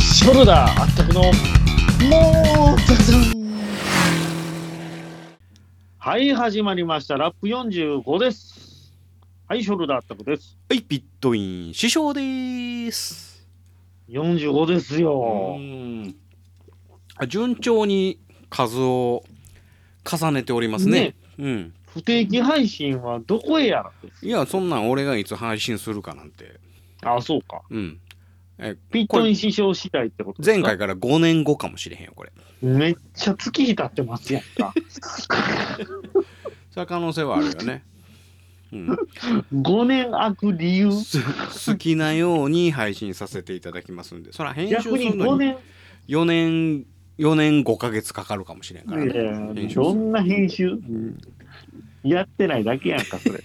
仕事だあったくのもうたくさんはい始まりましたラップ45ですはいショルダーあったくですはい、ピットイン師匠でーす。 45ですうよ、ーん順調に数を重ねておりますね。うん。不定期配信はどこへやらですいや、そんなん俺がいつ配信するかなんて。あそうかうん。え、ピットイン師匠次第ってことですか前回から5年後かもしれへんよ、これ。めっちゃ月日経ってますやんかそれは可能性はあるよ ね。うん、 5年空く理由す好きなように配信させていただきますんで、そら編集す逆にる5のに年4年、4年5ヶ月かかるかもしれんからいやいやね。編集するどんな編集やってないだけやんか、それ。っ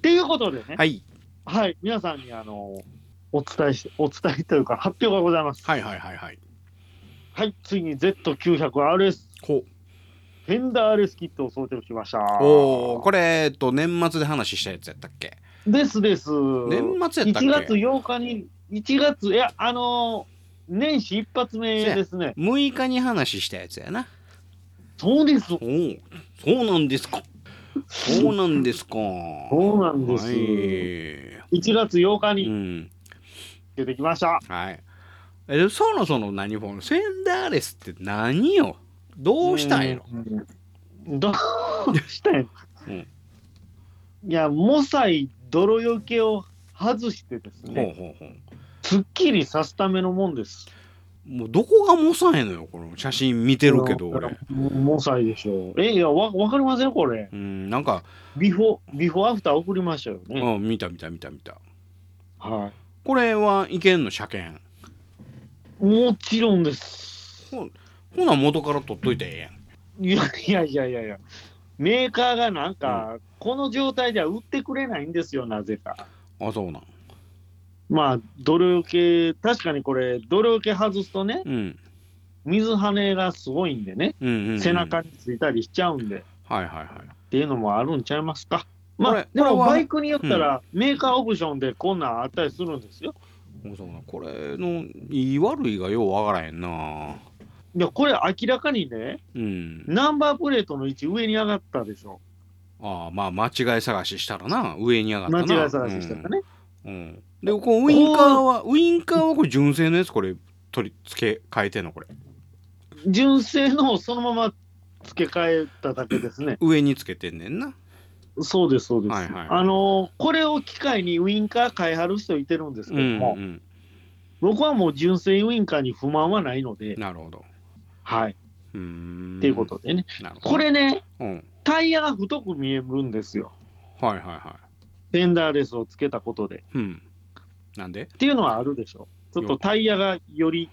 ていうことでね、はい、はい、皆さんにあのお伝えし、お伝えというか、発表がございます。はいはいはいはい。はい、ついに Z900RS、こうフェンダー RS キットを装着しました。おおこれえっと年末で話したやつやったっけですです。年1末やったっ月け8日に、1月、いや、あの年始一発目ですね。 6日に話したやつやなそうです。おおそうなんですかそうなんですかそうなんです。は1い月8日うにん出てきました。はいえでそもそも何フォンセンダーレスって何よどうしたんやろうんどうしたんやろ、うんいや、モサイ泥よけを外してですほうね、ほうほうすっきりさすためのもんです。もうどこがモサやのよこの写真見てるけどだから俺もモサイでしょう。え、いや、わわかりません、これ。うんなんか、ビフォー、ビフォーアフター送りましたよね。うん、見た見た見た見たはこれはいけんの車検い。もちろんです。ほな元から取っといてええやんいやいやいやいやいや。メーカーがなんか、この状態では売ってくれないんですよ、なぜか。あそうなんまあ、泥よけ、確かにこれ、泥よけ外すとね、うん水跳ねがすごいんでね、うんうんうん背中についたりしちゃうんで、っはいはいはいていうのもあるんちゃいますか。まこあれ、でもこれはバイクによったら、メーカーオプションでこんなんあったりするんですよ。もうそうなんこれの言い悪いがようわからへんないや、これ明らかにね、うんナンバープレートの位置上に上がったでしょ。ああまあ間違い探ししたらな上に上がった間な違い探ししたらね。うん、うんでこのウインカーはウインカーはこれ純正のやつこれ取り付け変えてんのこれ純正のをそのまま付け替えただけですね。上につけてんねんなそうです、そうです。はいはいあのーこれを機会にウインカー買いはる人いてるんですうけんどうん、も、僕はもう純正ウインカーに不満はないので、なるほどはい。うーんっていうことでね。なるほどこれね、うんタイヤが太く見えるんですよ。はいはいはフェンダーレスをつけたことで。いうんなんでっていうのはあるでしょ。ちょっとタイヤがより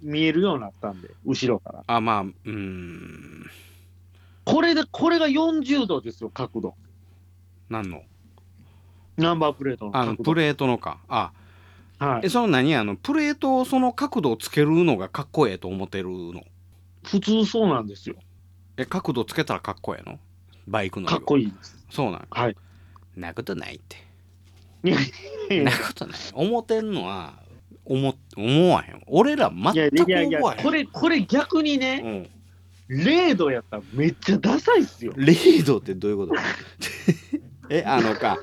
見えるようになったんで、後ろから。あまあうーんこれで、これが40度ですよ、角度。何のナンバープレートのあの角プ度。レートのかあはいえ、その何あのプレートをその角度をつけるのがかっこええと思ってるの普通そうなんですよ。え角度つけたらかっこええのバイクのかっこいいいいです。そうなんはい。なことないっていやいやいなやことない思ってんのは思思わへん俺らいや全いくやいや、思わへんこれ、これ逆にね、うん、 0度やったらめっちゃダサいっすよ。レードってどういうこと えあのか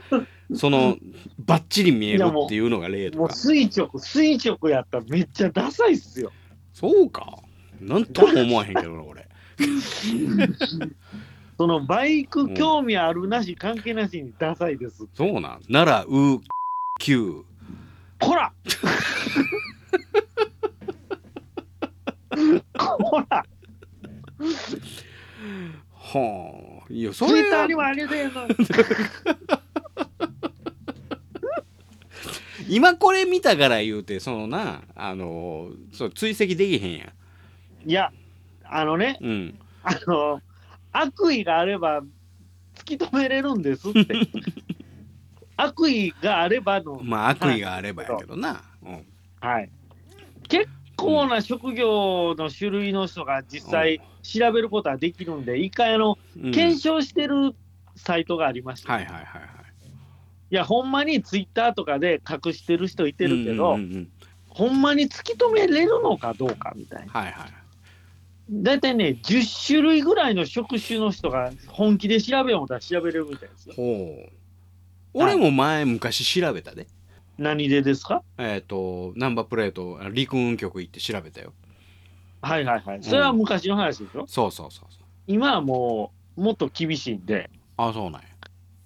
そのバッチリ見えるっていうのがレーもドうか垂直、垂直やったらめっちゃダサいっすよ。そうかなんとも思わへんけどな俺そのバイク興味あるなし関係なしにダサいです。そうなんならうきゅこらこらうはあいやツそイれッターにもあれだよな。今これ見たから言うてそのなあのそう追跡できへんやんいや、あのね、うんあの、悪意があれば突き止めれるんですって。悪意があればの、まあ悪意があればやけどな、うんはい。結構な職業の種類の人が実際調べることはできるんで、一回あの、うん検証してるサイトがありました。はいはいはいはいいや、ほんまにツイッターとかで隠してる人いてるけど、うんうんうんほんまに突き止めれるのかどうかみたいな。はいはい大体ね、10種類ぐらいの職種の人が本気で調べようもたら調べれるみたいですよ。ほう俺も前昔調べたで何でですかえっ、とナンバープレートあ陸運局行って調べたよはいはいはい。それは昔の話でしょ。そうそうそうそう今はもう、もっと厳しいんで、あそうなんや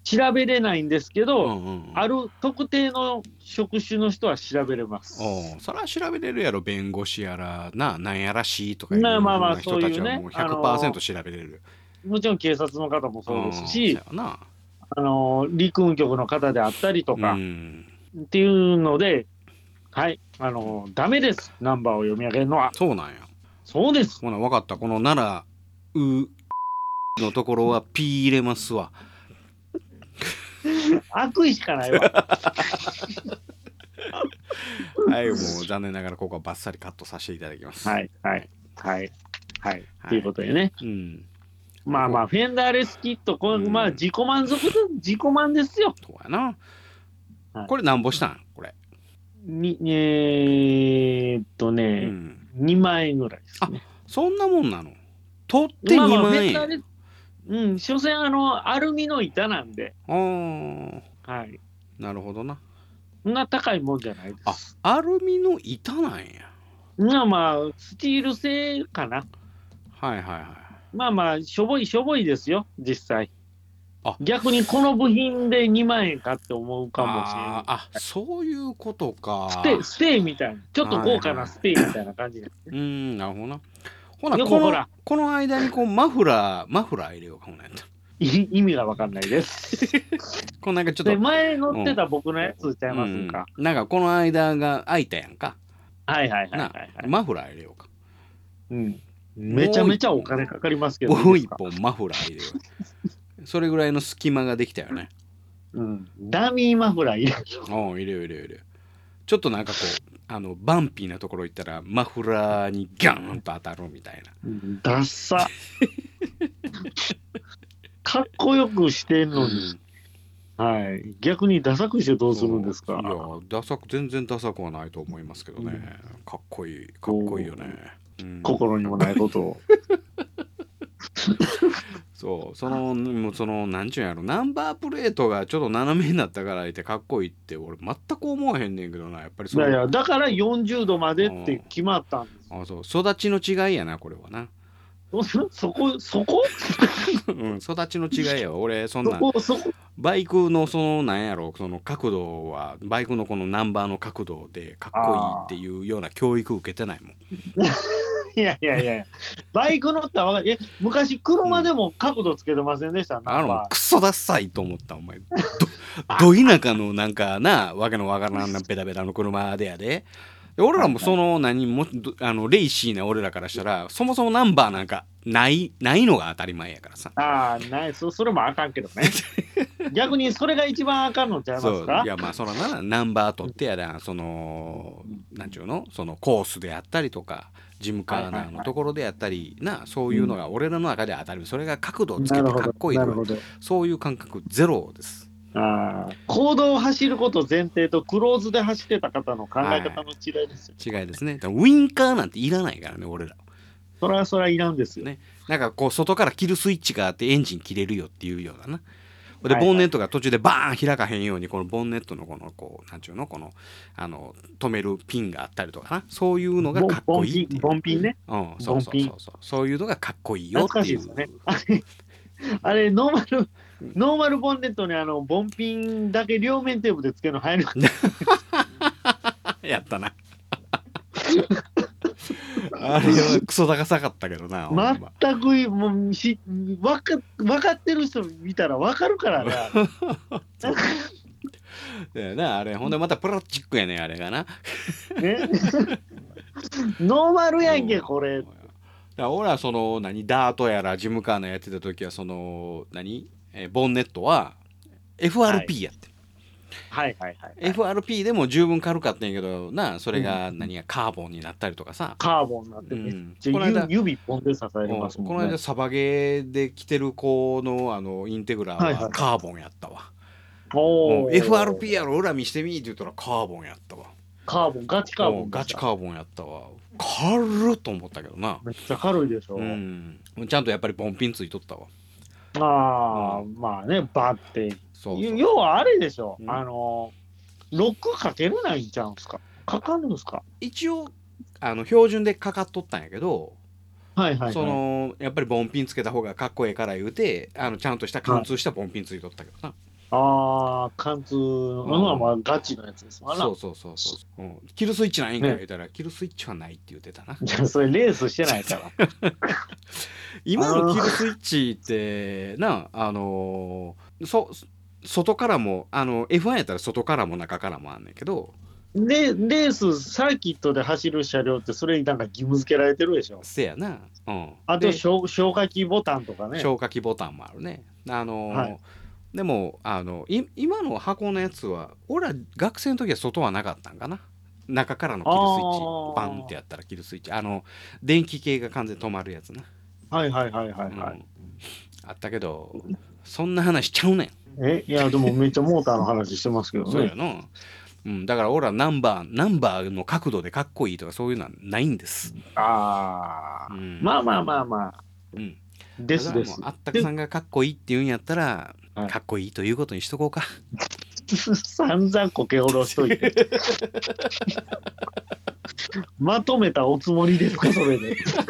調べれないんですけど、うんうん、うん、ある特定の職種の人は調べれます。おうそれは調べれるやろ弁護士やらななんやらしいとかいうまあまあまあような人たちそういうはねもうあの100%調べれるよもちろん警察の方もそうですし、んそやなあの陸運局の方であったりとうかんっていうので、はい、あのダメです、ナンバーを読み上げるのは。そうなんやそうです。ほな分かったこの奈良うのところはピー入れますわ悪意しかない わ。はいもう残念ながらここはバッサリカットさせていただきますはい、はい、はい、はい。はいということでね、うんまあまあ、フェンダーレスキット、これうんまあ、自己満足で、自己満ですよ。そうやな、はいこれなんぼしたんこれ、にえーっとうね、ん、二2万円ぐらいですね。そんなもんなの取って2まあまあ万フェン円、ダーレスうん、所詮あの、アルミの板なんで、あーはい。なるほどなそんな高いもんじゃないであす。アルミの板なんやまあまあ、スチール製かな。はいはいはいまあまあ、しょぼいしょぼいですよ、実際あ。逆にこの部品で2万円かって思うかもしれあーあそういうことかない。ステステイみたいな、ちょっと豪華なステイみたいな感じです。うんなるほどなほなよくこほのらこの間にこうマフラーマフラー入れようかほなやったらい意味がわかんない です。こうなんかちょっとで、前乗ってた僕のやつちゃいますか。うんなんかこの間が空いたやんか、はいはいはいはい、はいなマフラー入れようかうん。めちゃめちゃお金かかりますけど。もういいで一すか本マフラー入れようそれぐらいの隙間ができたよねうん。ダミーマフラーいる。おう入れよう入れよう入れようちょっとなんかこうあのバンピーなところ行ったらマフラーにギャーンと当たるみたいなダッサ。 かっこよくしてんのに。はい、逆にダサくしてどうするんですかいやダサく全然ダサくはないと思いますけどね、うんかっこいいかっこいいよね、うん心にもないことを。そうそのもうそのなんちゅうんやろナンバープレートがちょっと斜めになったから言ってかっこいいって俺全く思わへんねんけどなやっぱりいそのやいやだから40度までって決まったんですあそう育ちの違いやなこれはな、そ そこそこうん、育ちの違いやわ俺そんそなこそこバイクのそのなんやろその角度はバイクのこのナンバーの角度でかっこいいっていうような教育受けてないもん いやいやいやバイク乗ったらわかるえ昔車でも角度つけてませんでした、あナのンもうバクソダッサいと思ったお前ど ど田舎のなんかなわけのわからんなベタベタの車でやでで俺らもその何もどあのレイシーな俺らからしたらそもそもナンバーなんかないないのが当たり前やからさーああないそそれもあかんけど ね逆にそれが一番あかんのちゃいまそすうかいやまあそらなナンバー取ってやらそのなんちゅうのそのコースであったりとかジムカーナーのところであったりなそういうのが俺らの中で当たり前それが角度をつけなてるほかっこどいいなとるほかどそういう感覚ゼロですああ行動を走ること前提とクローズで走ってた方の考え方の違いですよ、違いですねだからウインカーなんていらないからね俺らそれはそれはいらんですよねなんかこう外から切るスイッチがあってエンジン切れるよっていうようななはいではいボンネットが途中でバーン開かへんようにこのボンネットのこのこうなんちゅうのこのあの止めるピンがあったりとかなそういうのがかっこいいっていうボンピンボンピンね。うん、そうそうそうそうそういうのがかっこいいよ懐ってかしいいうですね。あれあれ、ノーマル、ノーマルボンネットにあの、ボンピンだけ両面テープでつけるの入る。 やったな あれはクソ高さかったけどな、ほんま全くい、もう、し、わか、分かってる人見たらわかるからな。だよなあれほんでまたプラスチックやねんあれがなね。 ノーマルやんけ、うんこれだ。から俺はその何ダートやらジムカーナやってた時はその何えーボンネットは FRP やって、はいはいはい。 FRP でも十分軽かったんやけどなそれが何やカーボンになったりとかさ、カーボンになってうね。んじゃこの間ゆ指一本で支えれますうんこものんね間。サバゲーで着てる子のあのインテグラはいははいカーボンやったわ、おうんー FRP やろ裏見してみって言ったらカーボンやったわカーボン、ガチカーボおン。ガチカーボンやったわ軽っと思ったけどなめっちゃ軽いでしょ。うんちゃんとやっぱりボンピンついとったわああ、まあね、バッて。そうそう要はあれでしょ。うんあの、ロックかけれないんちゃうんすか。かかるんすか。一応あの標準でかかっとったんやけど、はいはい、はい。そのやっぱりボンピンつけた方がかっこええから言うてあのちゃんとした貫通したボンピンついとったけどな、ああ、貫通のまあまあガチのやつですわな。そうそうそうそう、うん、キルスイッチないんか言うたら、キルスイッチはないって言ってたなじゃあそれレースしてない から。今のキルスイッチってなあのーそ外からもあの F1 やったら外からも中からもあんねんけどで、レース、サーキットで走る車両ってそれになんか義務付けられてるでしょ。せやな、うん、あとで消消火器ボタンとかね。消火器ボタンもあるねあのーはいでもあのい今の箱のやつは俺ら学生の時は外はなかったんかな中からのキルスイッチあバーンってやったらキルスイッチあの電気系が完全に止まるやつな、はいはいはいはいはい。うんあったけどそんな話しちゃうねんえ、いや、でもめっちゃモーターの話してますけどそうやね。な、うん、だから俺らナンバーナンバーの角度でかっこいいとかそういうのはないんです、ああう、んまあまあまあまあ。うん、ですですだからもう。あったくさんがかっこいいって言うんやったはら、いかっこいいということにしとこうか 散々こけおろしと いて。まとめたおつもりですか、それで。か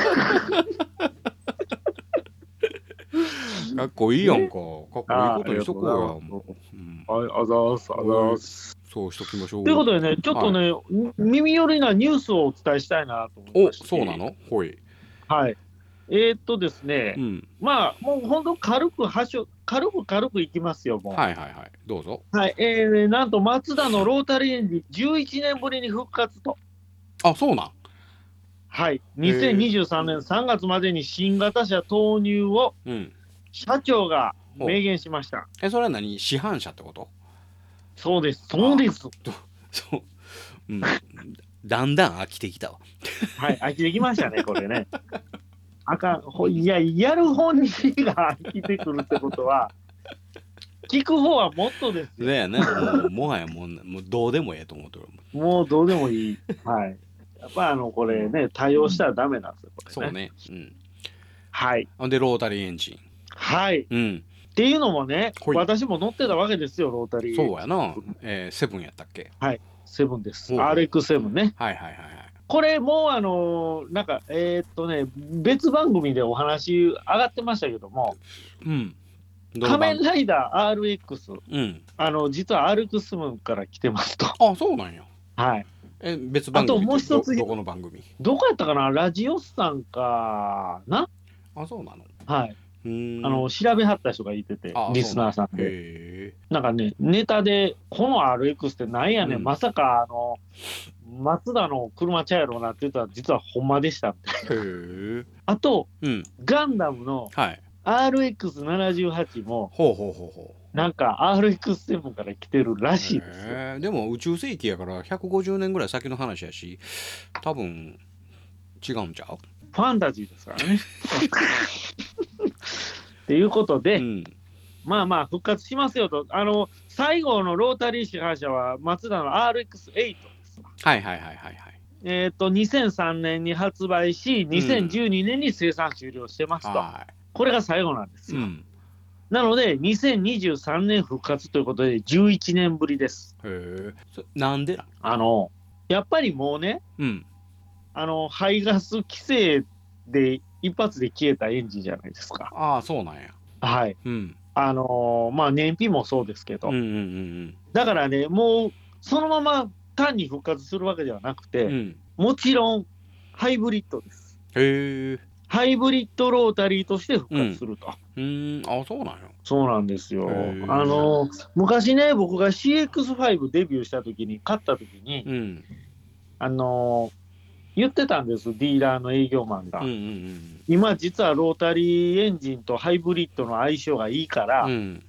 っこいいやんかかっこいいことにしとこうありよがとうございます、うん、はい、あざーす、あざーす。そうしときましょうということでね、ちょっとね、み耳寄りなニュースをお伝えしたいなと思いおましてそうなのほい、はい。えー、っとですね、うん、まあ、もう本当軽くはしょ、軽く軽くいきますよ、もう。ははいはいはいどうぞい。えーなんと、マツダのロータリーエンジン、11年ぶりに復活と。あそうなんはい。へー2023年3月までに新型車投入をうん社長が明言しました。えそれは何市販車ってことそうです、そうです。そう、うん、だんだん飽きてきたわはい、飽きてきましたね、これね。あかん、ほいや、やる本人が飽きてくるってことは、聞く方はもっとですよ。だよねもうもはやもうもうどうでもええと思ってるもうどうでもいい。はい。やっぱあの、これね、対応したらダメなんですよ、これ、ね。そうね。うんはい。ほんで、ロータリーエンジはい。ン。うん。っていうのもね、ほい私も乗ってたわけですよ、ロータリー。そうやな。えーセブンやったっけセブンです。ほう RX7 ね。はいはいはいこれもうあのーなんか、えーっとね、別番組でお話上がってましたけども、はい。うん。どの仮番面ライダー RX。うん。あの実はアルクスムンから来てますと。 あ、そうなんや。はい。え、別番組あともう一つどどこの番組どこやったかなラジオスさんかなあ、そうなのはい。うーん。あの、調べはった人がいててあ、リスナーさんで。へなんかね、ネタで、この RX ってなんやねん、うんまさか、あの、マツダの車ちゃうやろうなって言ったら、実はほんまでしたって。え。へえ。あと、うん。ガンダムのはい。 RX78 も、ほうほうほうほう。なんか RX7 から来てるらしいですよ。へえ。でも、宇宙世紀やから150年ぐらい先の話やし、多分、違うんちゃうファンタジーですから ね。ということで、うん。まあまあ復活しますよと、あの最後のロータリー市販車はマツダの RX8 です。はいはいはいはいはい。えっ、と、2003年に発売し、2012年に生産終了してますと、はこれが最後なんですい。うよ。ん。なので、2023年復活ということで、11年ぶりです。へえ。そなんでなんあのやっぱりもうね、うん。あの排ガス規制で一発で消えたエンジンじゃないですか。ああ、そうなんや。はいうん。あのまあ、燃費もそうですけど、うんうんうんだからね、もうそのまま単に復活するわけではなくて、うん。うん。もちろんハイブリッドです。へえ。ハイブリッドロータリーとして復活すると。うーん。あ、そうなんや。そうなんですよへー。あの昔ね、僕が CX5 デビューしたときに、買ったときに、うん。あの言ってたんです、ディーラーの営業マンが。うんうんうん。今、実はロータリーエンジンとハイブリッドの相性がいいから、うん。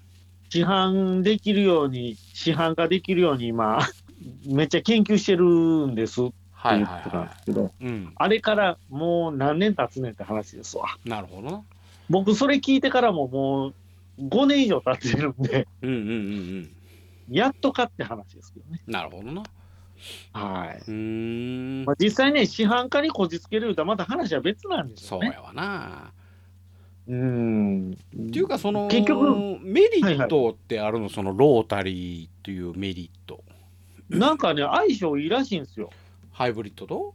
市販できるように、市販化できるように今、 めっちゃ研究してるんですっては言いっはいてたんはですけど、い。うん。あれからもう何年経つねんって話ですわ。なるほどな。僕、それ聞いてからももう5年以上経ってるんで、 うんうんうんうん。やっとかって話ですけどね。なるほどな。はい。うーんまあ、実際ね、市販化にこじつける歌、また話は別なんですそようね。やわなううん。っていうかその結局メリットってあるの、そのロータリーっていうメリットなんかね、相性いいらしいんですよ。ハイブリッドと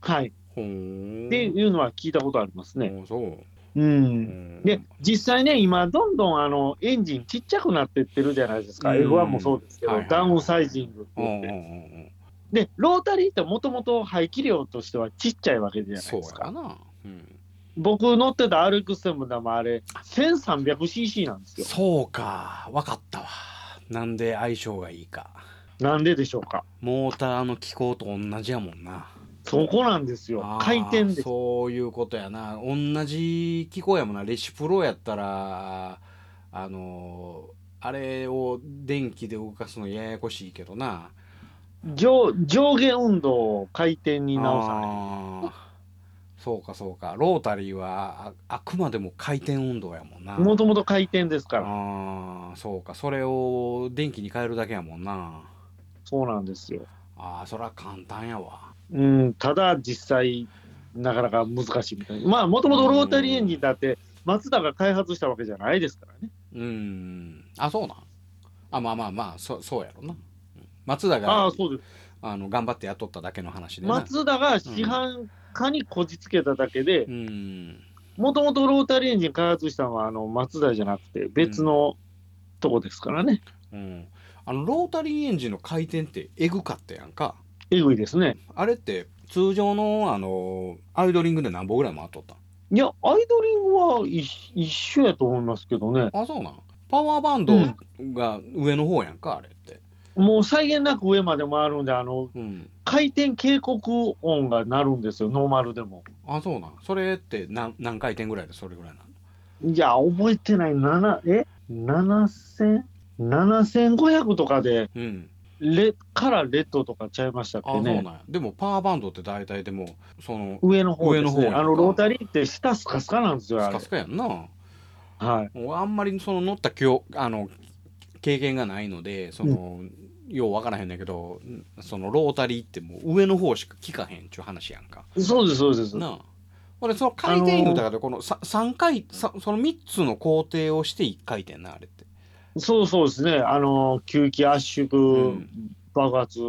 はい。ほーんっていうのは聞いたことありますね。ほーそう、う。うんんで、実際ね、今、どんどんあのエンジンちっちゃくなってってるじゃないですか。うん F1 もそうですけど、はいはいダウンサイジングってうん言うんっうて。んで、ロータリーってもともと排気量としてはちっちゃいわけじゃうんないそうですやか。な、うん、僕乗ってた RX もでもあれ、1300cc なんですよ。そうかわかったわなんで相性がいいかなんででしょうか。モーターの機構と同じやもんなそこなんですよ。回転あーです。そういうことやな同じ機構やもんなレシプロやったらあのあれを電気で動かすのややこしいけどな上上下運動を回転に直さない。あーそうかそうかロータリーはああくまでも回転運動やもんなもともと回転ですから。あーそうかそれを電気に変えるだけやもんなそうなんですよ。あーそりゃ簡単やわうん、ただ実際、なかなか難しいみたいな。まあ、もともとロータリーエンジンだって、マツダが開発したわけじゃないですからね。うんあそうなんあまあまあまあそそうやろなうん松田がああ、そうです。あの頑張って雇っただけの話でなマツダが市販化にこじつけただけでう、んもともとロータリーエンジン開発したのは、あの、マツダじゃなくて、別のとこですからね。うんあのロータリーエンジンの回転ってエグかったやんかえぐいですね。あれって通常のあのアイドリングで何本ぐらい回っとったいや、アイドリングは一一緒やと思いますけどね。あそうなんパワーバンドが上の方やんか、あれってもう際限なく上まで回るんで、あの、うん回転警告音が鳴るんですよ、ノーマルでも。あそうなんそれって何何回転ぐらいでそれぐらいなのいや、覚えてない、7、え ?7000? 7500とかで、うんレからレッドとかちゃいましたっけあそうなね。んやでもパワーバンドって大体でもその上の方ですね。上の方あの、ロータリーって下スカスカなんですよ、スあれカ。スカやんなはい。俺あんまりその乗った記憶あの経験がないのでその、ようわからへんねんけどそのロータリーってもう上の方しか聞かへんっちゅう話やんかそうです、そうです。なあ俺その回転言うたからこのさ三回さその3つの工程をして1回転なあれってそうそうですね。あの、吸気、圧縮、うん爆発、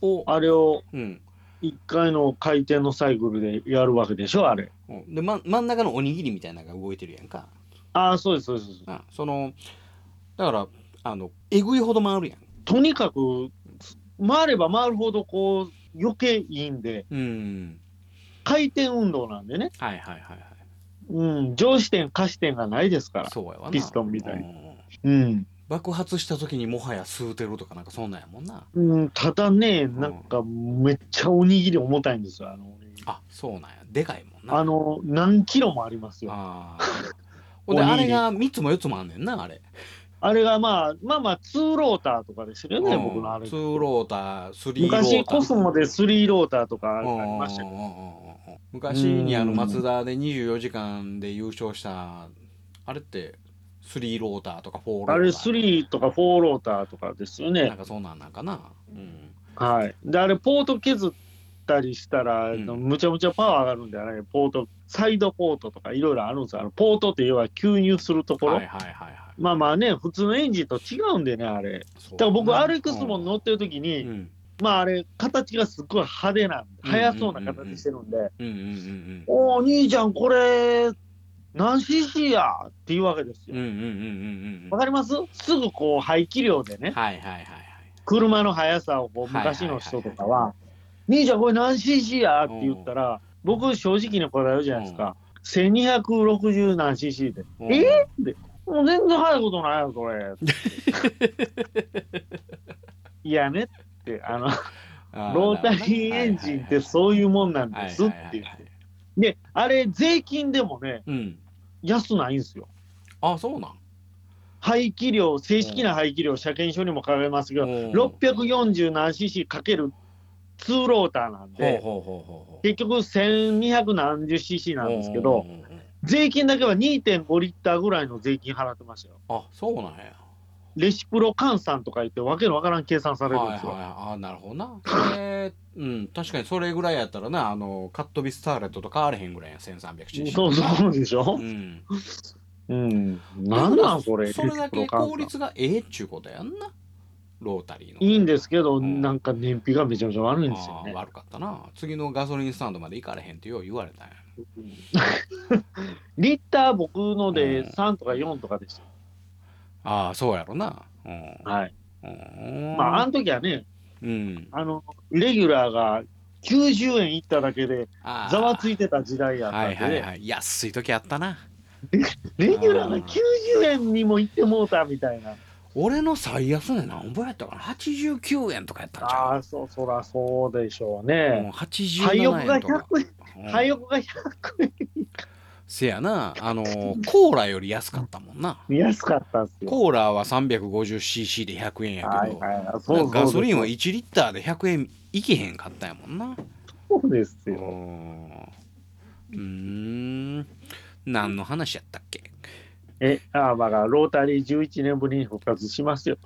をあれをうん1回の回転のサイクルでやるわけでしょ、あれ。うんで、ま、真ん中のおにぎりみたいなのが動いてるやんかああ、そうです、そうです。そうですなあそのだからあのえぐいほど回るやんとにかく、回れば回るほど、こう、余計いいんで、うん回転運動なんでね。はいはいはいはいうん、上視点、下視点がないですから。そうやわなピストンみたいにうんうん。爆発した時にもはや吸うてるとかなんかそんなんやもんなうん、ただね、んなんか、めっちゃおにぎり重たいんですよ、あのおにぎり、あそうなんやでかいもんなあの、何キロもありますよ。あーほんでおにあぎりれが3つも4つもあんねんなあれあれがまあ、まあまあ、2ローターとかでしたけどね、うん僕のあれ。 2ローター3ローター昔、コスモで3ローターとかあありましたけど、昔にあの松田で24時間で優勝したあれって3ローターとか4ローターあれ3とか4ローターとかですよなんね。かそんなんなんかなうんはい。で、あれ、ポート削ったりしたら、うんむちゃむちゃパワー上がるんで、あれ、ポート、サイドポートとかいろいろあるんですよ。あのポートって要は吸入するところ。はいはいはいはいまあまあね、普通のエンジンと違うんでね、あれ。そうだから僕、な RX も乗ってる時うに、んうんまああれ、形がすっごい派手なんで、うん速そうな形してるんで、うんうんうんうんおお、兄ちゃん、これ、何 cc やっていうわけですうんうよ。んうんうんうんうんわかりますすぐこう排気量でね、はいはいはいはい車の速さをこうはいはいはい昔の人とかは、兄ちゃん、これ何 cc やって言ったら、僕、正直に答えるじゃないですか、1260何 cc で、うんえー、って、もう全然速いことないよ、 これ。いやねって、あの、あロータリーエンジンってそういうもんなんですって言って。で、あれ、税金でもね、うん。安ないんですよ。あ、そうなん。排気量、正式な排気量、車検証にも書かれますけど、うん640何 cc かける2ローターなんほうで、ほうほうほうほう。結局1200何十 cc なんですけどう、んうんうんうん。税金だけは2.5リッターぐらいの税金払ってましたよ。あ、そうなんや。レシプロ換算とか言って、わけのわからん計算されるんはいはでいすよ。ああなるほどなえー、うん確かにそれぐらいやったらなあのカットビスターレットとかあれへんぐらいや1300cc そうそうでしょう、ん、うん、なんなんそれそれだレけシプロ換算効率がええっちゅうことやんなロータリーのいいんですけど、うんなんか燃費がめちゃめちゃ悪いんですよああね。悪かったな次のガソリンスタンドまで行かれへんってよう言われたんやリッター僕のうでん3とか4とかですよ。ああそうやろなうん、はい。うんまあ、あの時はね、うんあの、レギュラーが90円いっただけで、ああざわついてた時代やったはんで、いはいはい安い時あったなレギュラーが90円にもいってもうたみたいな。俺の最安値何本やったかな89円とかやったんちゃうああ、そう、そらそうでしょうもね。う87廃屋が円と100か、円、うん廃屋が100せやなあのーコーラより安かったもんな円安かったんですよ。コーラは 350cc で100円やけど、はいはい。そうそうガソリンは1リッターで100円いけへんかったやもんなそうですうーよ。んうーん何の話やったっけえ、ああ、まあ、ロータリー11年ぶりに復活しますよ。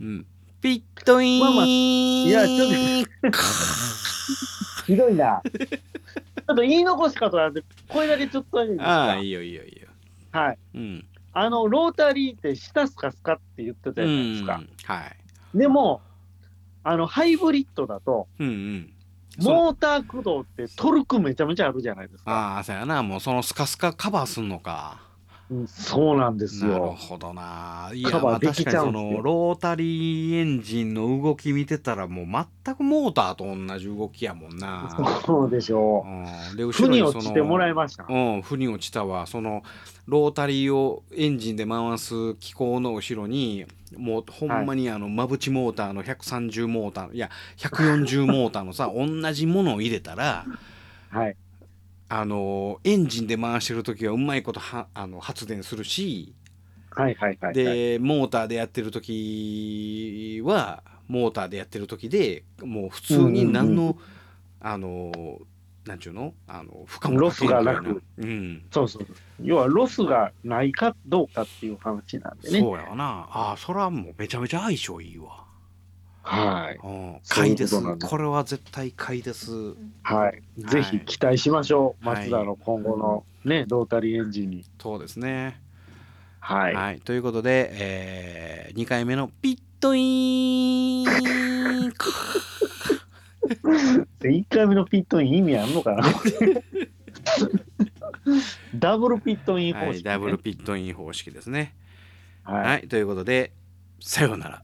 うんピットイン、まあまあいやちょっひどい な。ちょっと言い残したことなんで、これだけちょっとだけいいですああかいいよいいよいいよはい。うんあの、ロータリーって、下すかすかって言ってたじゃないですか。うんはいでも、あの、ハイブリッドだと、うんうんそのモーター駆動ってトルクめちゃめちゃあるじゃないですか。ああそうやなもうそのスカスカカバーすんのかうんそうなんですなるよ。ほどな。いカや、バーまあ、で確きかちにゃうそんですよのロータリーエンジンの動き見てたらもう全くモーターと同じ動きやもんな。そうでしょうん、でう。後腑ろにに落ちてもらいまました。うん、腑に落ちたわそのロータリーをエンジンで回す機構の後ろにもうほんまにあのマブチモーターの130モーターいや140モーターのさ同じものを入れたらはい。あのエンジンで回してる時はうまいことはあの発電するしはいはいはい、はい。でモーターでやってる時はモーターでやってる時でもう普通に何の、うんあのなんちゅうのあの負ロスがなくかけんというなそうそう。要は、ロスがないかどうかっていう話なんうでん、ね。そうやわなああそれはもうめちゃめちゃ相性いいわ、はい。うん、そうい買いうこですとこなんだれは絶対買いですはい、ぜひ期待しましょう、はい松田の今後の、ね、ロータリーエンジンに。そうですねは、はいい、ということで、え2回目のピットイーンで1回目のピットイン、意味あんの かなダブルピットイン方式、はい、ダブルピットイン方式ですねはいはい、ということで、さようなら。